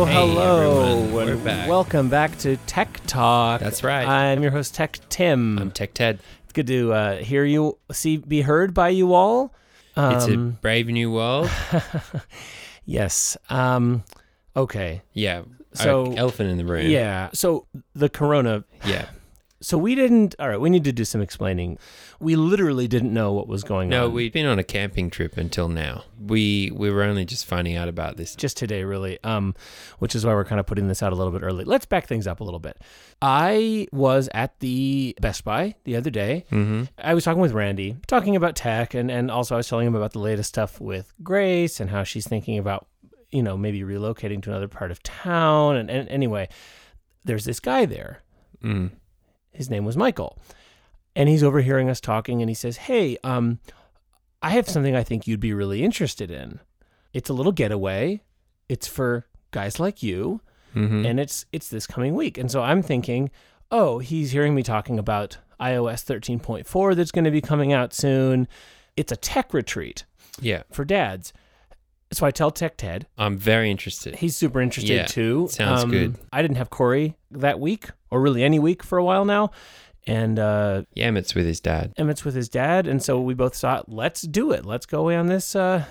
Hello, everyone. and We're back. welcome back to Tech Talk. That's right. I'm your host Tech Tim. I'm Tech Ted. it's good to uh, hear you, see, be heard by you all. Um, It's a brave new world. yes. Um, okay. Yeah. so- So elephant in the room. Yeah. So the corona. Yeah. So we didn't. All right. We need to do some explaining. We literally didn't know what was going on. No, we've been on a camping trip until now. We we were only just finding out about this. just today really um which is why we're kind of putting this out a little bit early let's back things up a little bit i was at the best buy the other day mm-hmm. i was talking with randy talking about tech and and also i was telling him about the latest stuff with grace and how she's thinking about you know maybe relocating to another part of town and, and anyway there's this guy there Mm. his name was michael and he's overhearing us talking and he says hey um i have something i think you'd be really interested in it's a little getaway it's for guys like you Mhm. and it's it's this coming week and so i'm thinking oh he's hearing me talking about ios 13.4 that's going to be coming out soon it's a tech retreat Yeah. for dads so i tell tech ted I'm very interested. he's super interested Yeah, too Um, sounds good. i didn't have corey that week or really any week for a while now and uh, Yamets with his dad. Emmett's with his dad, and so we both thought, let's do it. Let's go away on this uh,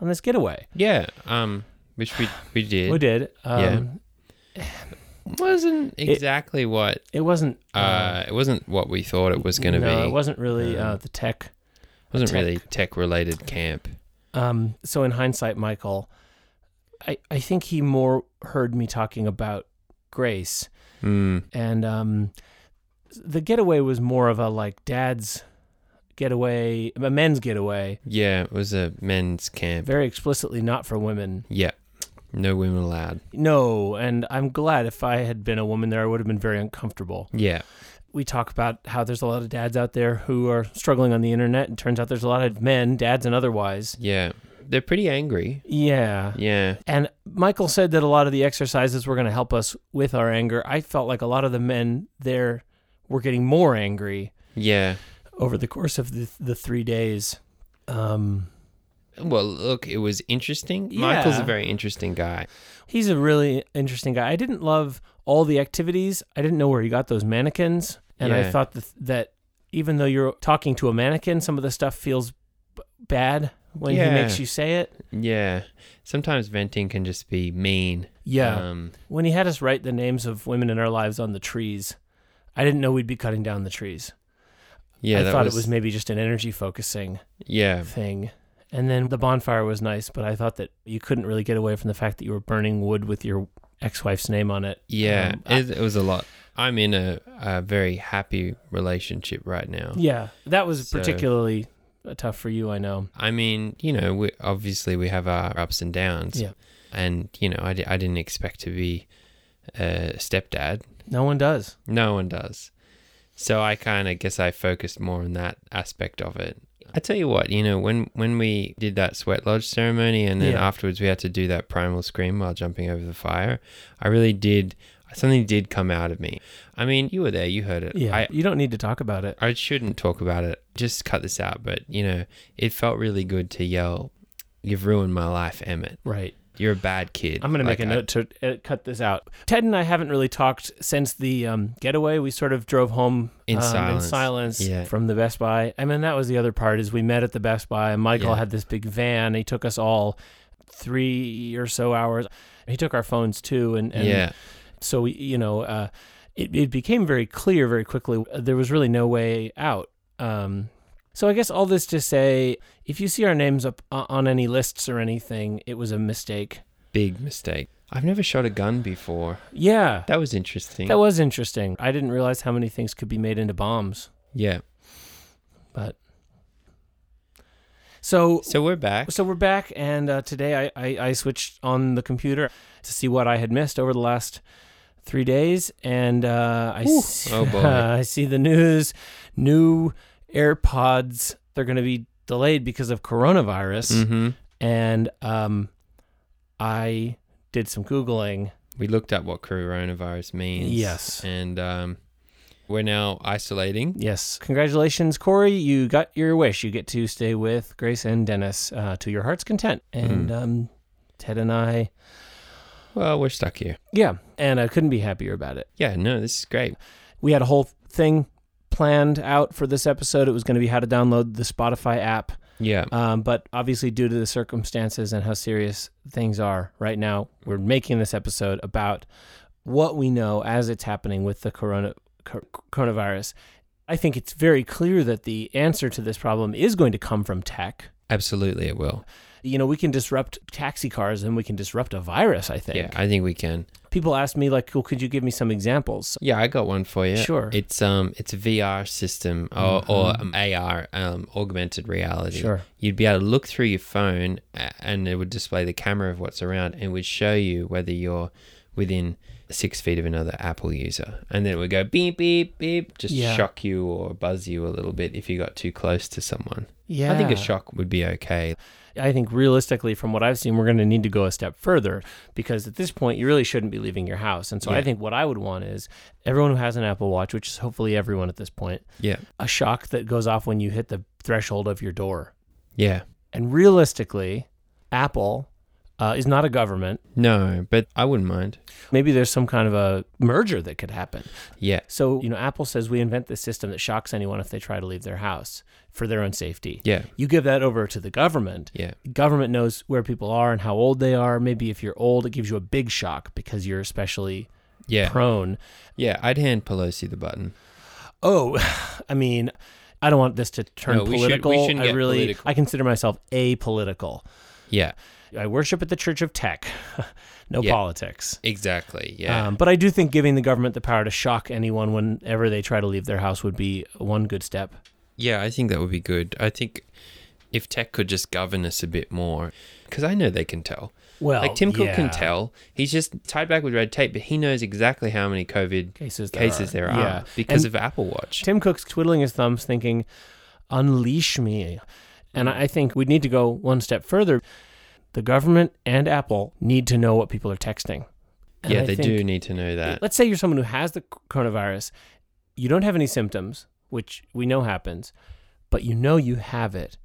on this getaway. Yeah. Um which we we did. We did. Um, Wasn't exactly what It wasn't. uh, it wasn't what we thought it was going to no, be. um, it wasn't really uh, the tech. wasn't really tech related camp. Um, so in hindsight, Michael, I I think he more heard me talking about Grace, Mm. and um, the getaway was more of a like dad's getaway, a men's getaway, Yeah, it was a men's camp. very explicitly not for women. Yeah. No women allowed. No, and I'm glad if I had been a woman there, I would have been very uncomfortable. Yeah. we talk about how there's a lot of dads out there who are struggling on the internet and turns out there's a lot of men dads and otherwise Yeah. They're pretty angry. yeah Yeah. and michael said that a lot of the exercises were going to help us with our anger i felt like a lot of the men there were getting more angry Yeah. over the course of the, the three days um, Well, look, it was interesting. Michael's a Yeah. very interesting guy. he's a really interesting guy i didn't love all the activities i didn't know where he got those mannequins and i Yeah. thought that, that even though you're talking to a mannequin some of the stuff feels b- bad when he Yeah. makes you say it Yeah. Sometimes venting can just be mean. Yeah. Um, when he had us write the names of women in our lives on the trees, I didn't know we'd be cutting down the trees. yeah. I that thought was, it was maybe just an energy focusing Yeah. thing. And then the bonfire was nice, but I thought that you couldn't really get away from the fact that you were burning wood with your ex wife's name on it. Yeah. Um, I- it, it was a lot. I'm in a, a very happy relationship right now. yeah. That was So- particularly uh, tough for you, I know. I mean, you know, we, obviously we have our ups and downs. Yeah. And, you know, I, di- I didn't expect to be a stepdad. No one does. No one does. So I kind of guess I focused more on that aspect of it. I tell you what, you know, when when we did that sweat lodge ceremony and then Yeah. afterwards we had to do that primal scream while jumping over the fire, I really did something did come out of me. I mean, you were there, you heard it. Yeah. I you don't need to talk about it. I shouldn't talk about it. Just cut this out, but you know, it felt really good to yell, "You've ruined my life, Emmett. Right. You're a bad kid." I'm going to Like, make a I- note to uh, cut this out. Ted and I haven't really talked since the um, getaway. We sort of drove home In um, silence. silence Yeah. from the Best Buy. I mean, that was the other part is we met at the Best Buy, and Michael Yeah. had this big van. He took us all three or so hours. He took our phones too, and, and yeah, so we, you know, uh, it it became very clear very quickly. There was really no way out. Um, so I guess all this to say, if you see our names up uh, on any lists or anything, it was a mistake. big mistake. I've never shot a gun before. Yeah. That was interesting. That was interesting. I didn't realize how many things could be made into bombs, yeah. but so So we're back. so we're back, and uh, today I, I I switched on the computer to see what I had missed over the last three days, and uh, I see, Oh, boy. I see the news, new AirPods. They're going to be delayed because of coronavirus, Mm-hmm. and um, I did some googling. We looked up what coronavirus means. Yes. And um, we're now isolating. Yes. Congratulations, Corey. You got your wish. You get to stay with Grace and Dennis uh, to your heart's content. And um, Ted and I well, we're stuck here. Yeah, and I couldn't be happier about it. Yeah, no, this is great. We had a whole thing planned out for this episode. It was going to be how to download the Spotify app. Yeah. Um, but obviously, due to the circumstances and how serious things are right now, we're making this episode about what we know as it's happening with the corona cor- coronavirus. I think it's very clear that the answer to this problem is going to come from tech. Absolutely, it will. You know, we can disrupt taxi cars and we can disrupt a virus, I think. Yeah, I think we can. People ask me, like, well, could you give me some examples? Yeah, I got one for you. Sure. Mm-hmm. It's um, it's a VR system or, or um, AR, um, augmented reality. Sure. You'd be able to look through your phone, a- and it would display the camera of what's around, and it would show you whether you're within six feet of another Apple user, and then it would go beep beep beep, just Yeah. shock you or buzz you a little bit if you got too close to someone. Yeah. I think a shock would be okay. I think realistically, from what I've seen, we're going to need to go a step further because at this point, you really shouldn't be leaving your house. And so I Yeah. think what I would want is everyone who has an Apple Watch, which is hopefully everyone at this point, Yeah. a shock that goes off when you hit the threshold of your door. Yeah. And realistically, Apple uh, is not a government. No, but I wouldn't mind. Maybe there's some kind of a merger that could happen. Yeah. So, you know, Apple says we invent this system that shocks anyone if they try to leave their house for their own safety. Yeah. You give that over to the government. Yeah. government knows where people are and how old they are. Maybe if you're old, it gives you a big shock because you're especially Yeah. prone. yeah. I'd hand Pelosi the button. Oh, I mean, I don't want this to turn No, we should- we political. shouldn't I get really, political. I consider myself apolitical. Yeah. I worship at the Church of Tech, no Yeah. politics. Exactly. Yeah. Um, but I do think giving the government the power to shock anyone whenever they try to leave their house would be one good step. yeah, I think that would be good. I think if tech could just govern us a bit more, because I know they can tell. Well, like Tim Cook Oh, yeah. can tell. He's just tied back with red tape, but he knows exactly how many COVID cases there cases are. there are Yeah. because And- of Apple Watch. Tim Cook's twiddling his thumbs, thinking, unleash me. And I I think we need to go one step further. The government and Apple need to know what people are texting. And yeah, I they think- do need to know that. Let's say you're someone who has the c- coronavirus, you don't have any symptoms, which we know happens, but you know you have it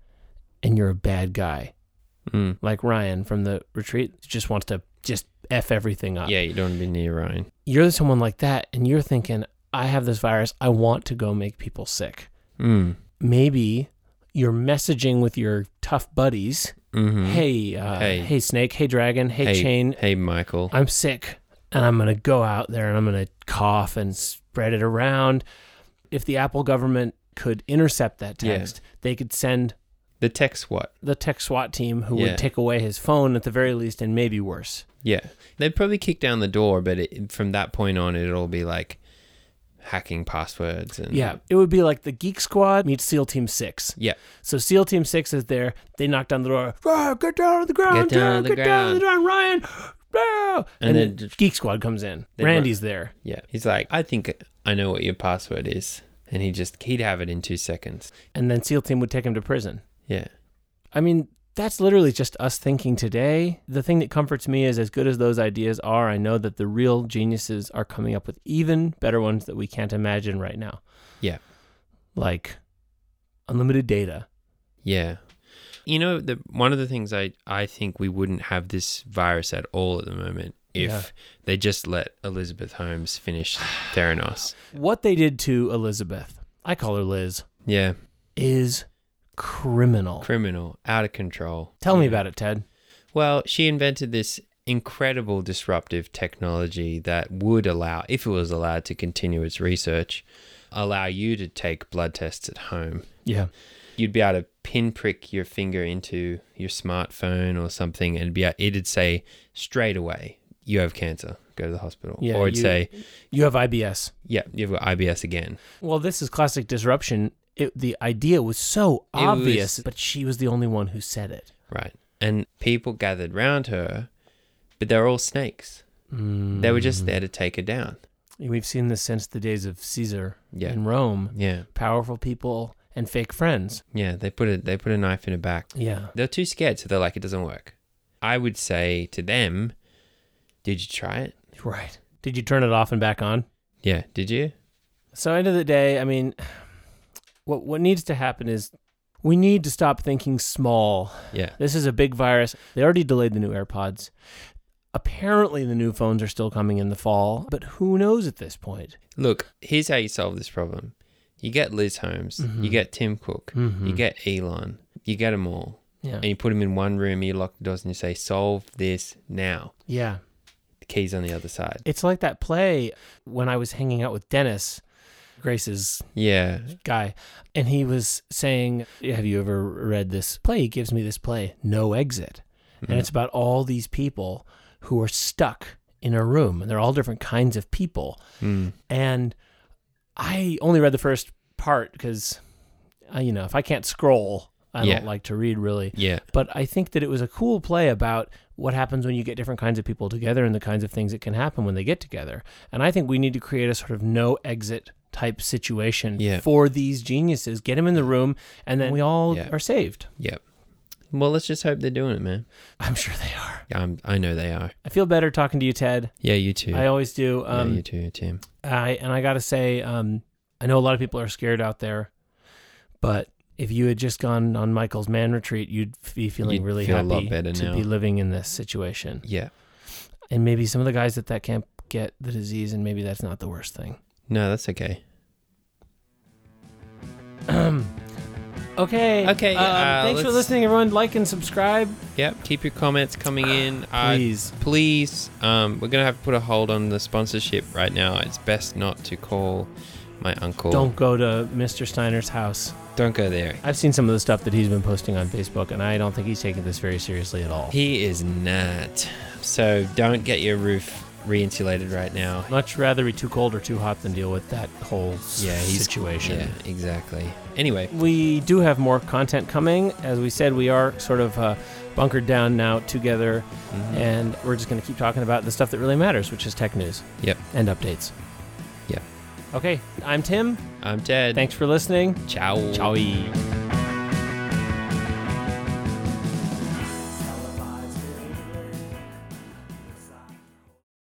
and you're a bad guy. Mm. Like Ryan from the retreat just wants to just F everything up. Yeah, you don't want to be near Ryan. You're someone like that and you're thinking, I have this virus. I want to go make people sick Mm. maybe you're messaging with your tough buddies. Mm-hmm. Hey, uh, hey, Hey. snake. Hey, dragon. Hey, hey, chain. Hey, Michael. I'm sick, and I'm gonna go out there and I'm gonna cough and spread it around. If the Apple government could intercept that Yeah. text, they could send the text what? the tech SWAT team, who Yeah. would take away his phone at the very least, and maybe worse. Yeah. They'd probably kick down the door, but it, from that point on, it'll be like hacking passwords and Yeah, it would be like the Geek Squad meets SEAL Team Six. Yeah. So SEAL Team Six is there. They knock down the door. "Ah, get down to the ground. Get down Joe, to the get down to the ground. Ryan. Ah!" And, then, And then just- Geek Squad comes in. They Randy's there. Yeah. He's like, I think I know what your password is. And he just, he'd have it in two seconds. And then SEAL Team would take him to prison. Yeah. I mean, that's literally just us thinking today. The thing that comforts me is as good as those ideas are, I know that the real geniuses are coming up with even better ones that we can't imagine right now. Yeah. Like unlimited data. Yeah. You know, the, one of the things I, I think we wouldn't have this virus at all at the moment if Yeah. they just let Elizabeth Holmes finish Theranos. What they did to Elizabeth, I call her Liz. Yeah. is criminal. Criminal, out of control. Tell me about it, Ted. Well, she invented this incredible disruptive technology that would allow, if it was allowed to continue its research, allow you to take blood tests at home. Yeah. You'd be able to pinprick your finger into your smartphone or something, and be it'd say straight away, "You have cancer. Go to the hospital." Yeah, or it'd you- say, You have IBS. "Yeah, you've got IBS again." Well, this is classic disruption. It, the idea was so It was- obvious, but she was the only one who said it. Right. And people gathered round her, but they're all snakes. Mm. They were just there to take her down. We've seen this since the days of Caesar Yeah. in Rome. Yeah. Powerful people and fake friends. Yeah, they put a they put a knife in her back. Yeah. They're too scared, so they're like, it doesn't work. I would say to them, did you try it? Right. Did you turn it off and back on? Yeah, did you? So end of the day, I mean, what what needs to happen is we need to stop thinking small Yeah, This is a big virus. They already delayed the new AirPods. Apparently, the new phones are still coming in the fall, but who knows at this point? Look, here's how you solve this problem. You get Liz Holmes, Mm-hmm. you get Tim Cook, you get Elon, you get them all, Yeah. and you put them in one room, you lock the doors, and you say, "Solve this now." Yeah. The keys on the other side. It's like that play when I was hanging out with Dennis, Grace's Yeah, guy, and he was saying, Have you ever read this play? He gives me this play, No Exit. And it's about all these people who are stuck in a room, and they're all different kinds of people. And I only read the first part because, you know, if I can't scroll, I Yeah. don't like to read really. yeah, But I think that it was a cool play about what happens when you get different kinds of people together and the kinds of things that can happen when they get together. And I think we need to create a sort of no exit type situation Yeah. for these geniuses. Get them in the room, and then we all Yeah. are saved. yep. Well, let's just hope they're doing it, man. I'm sure they are. Um, I know they are. I feel better talking to you, Ted. Yeah, you too. I always do. Um, yeah, you too, Tim. I and I gotta say, um, I know a lot of people are scared out there, but if you had just gone on Michael's man retreat, you'd be feeling You'd really feel a happy lot better to now. be living in this situation. Yeah. and maybe some of the guys at that camp get the disease, and maybe that's not the worst thing. No, that's okay. Okay. Okay, Um, uh, thanks for let's- listening, everyone. Like and subscribe, Yep. Keep your comments coming in. Uh, please. please. Um, we're gonna have to put a hold on the sponsorship right now. It's best not to call my uncle. Don't go to Mr. Steiner's house. Don't go there. I've seen some of the stuff that he's been posting on Facebook, and I don't think he's taking this very seriously at all. He is not. So don't get your roof re-insulated right now. Much rather be too cold or too hot than deal with that whole s- Yeah, he's situation. Yeah, exactly. Anyway, We do have more content coming. As we said, we are sort of uh, bunkered down now together, and we're just going to keep talking about the stuff that really matters, which is tech news. Yep. And updates. Yep. Okay. I'm Tim. I'm Ted. Thanks for listening. Ciao. Ciao.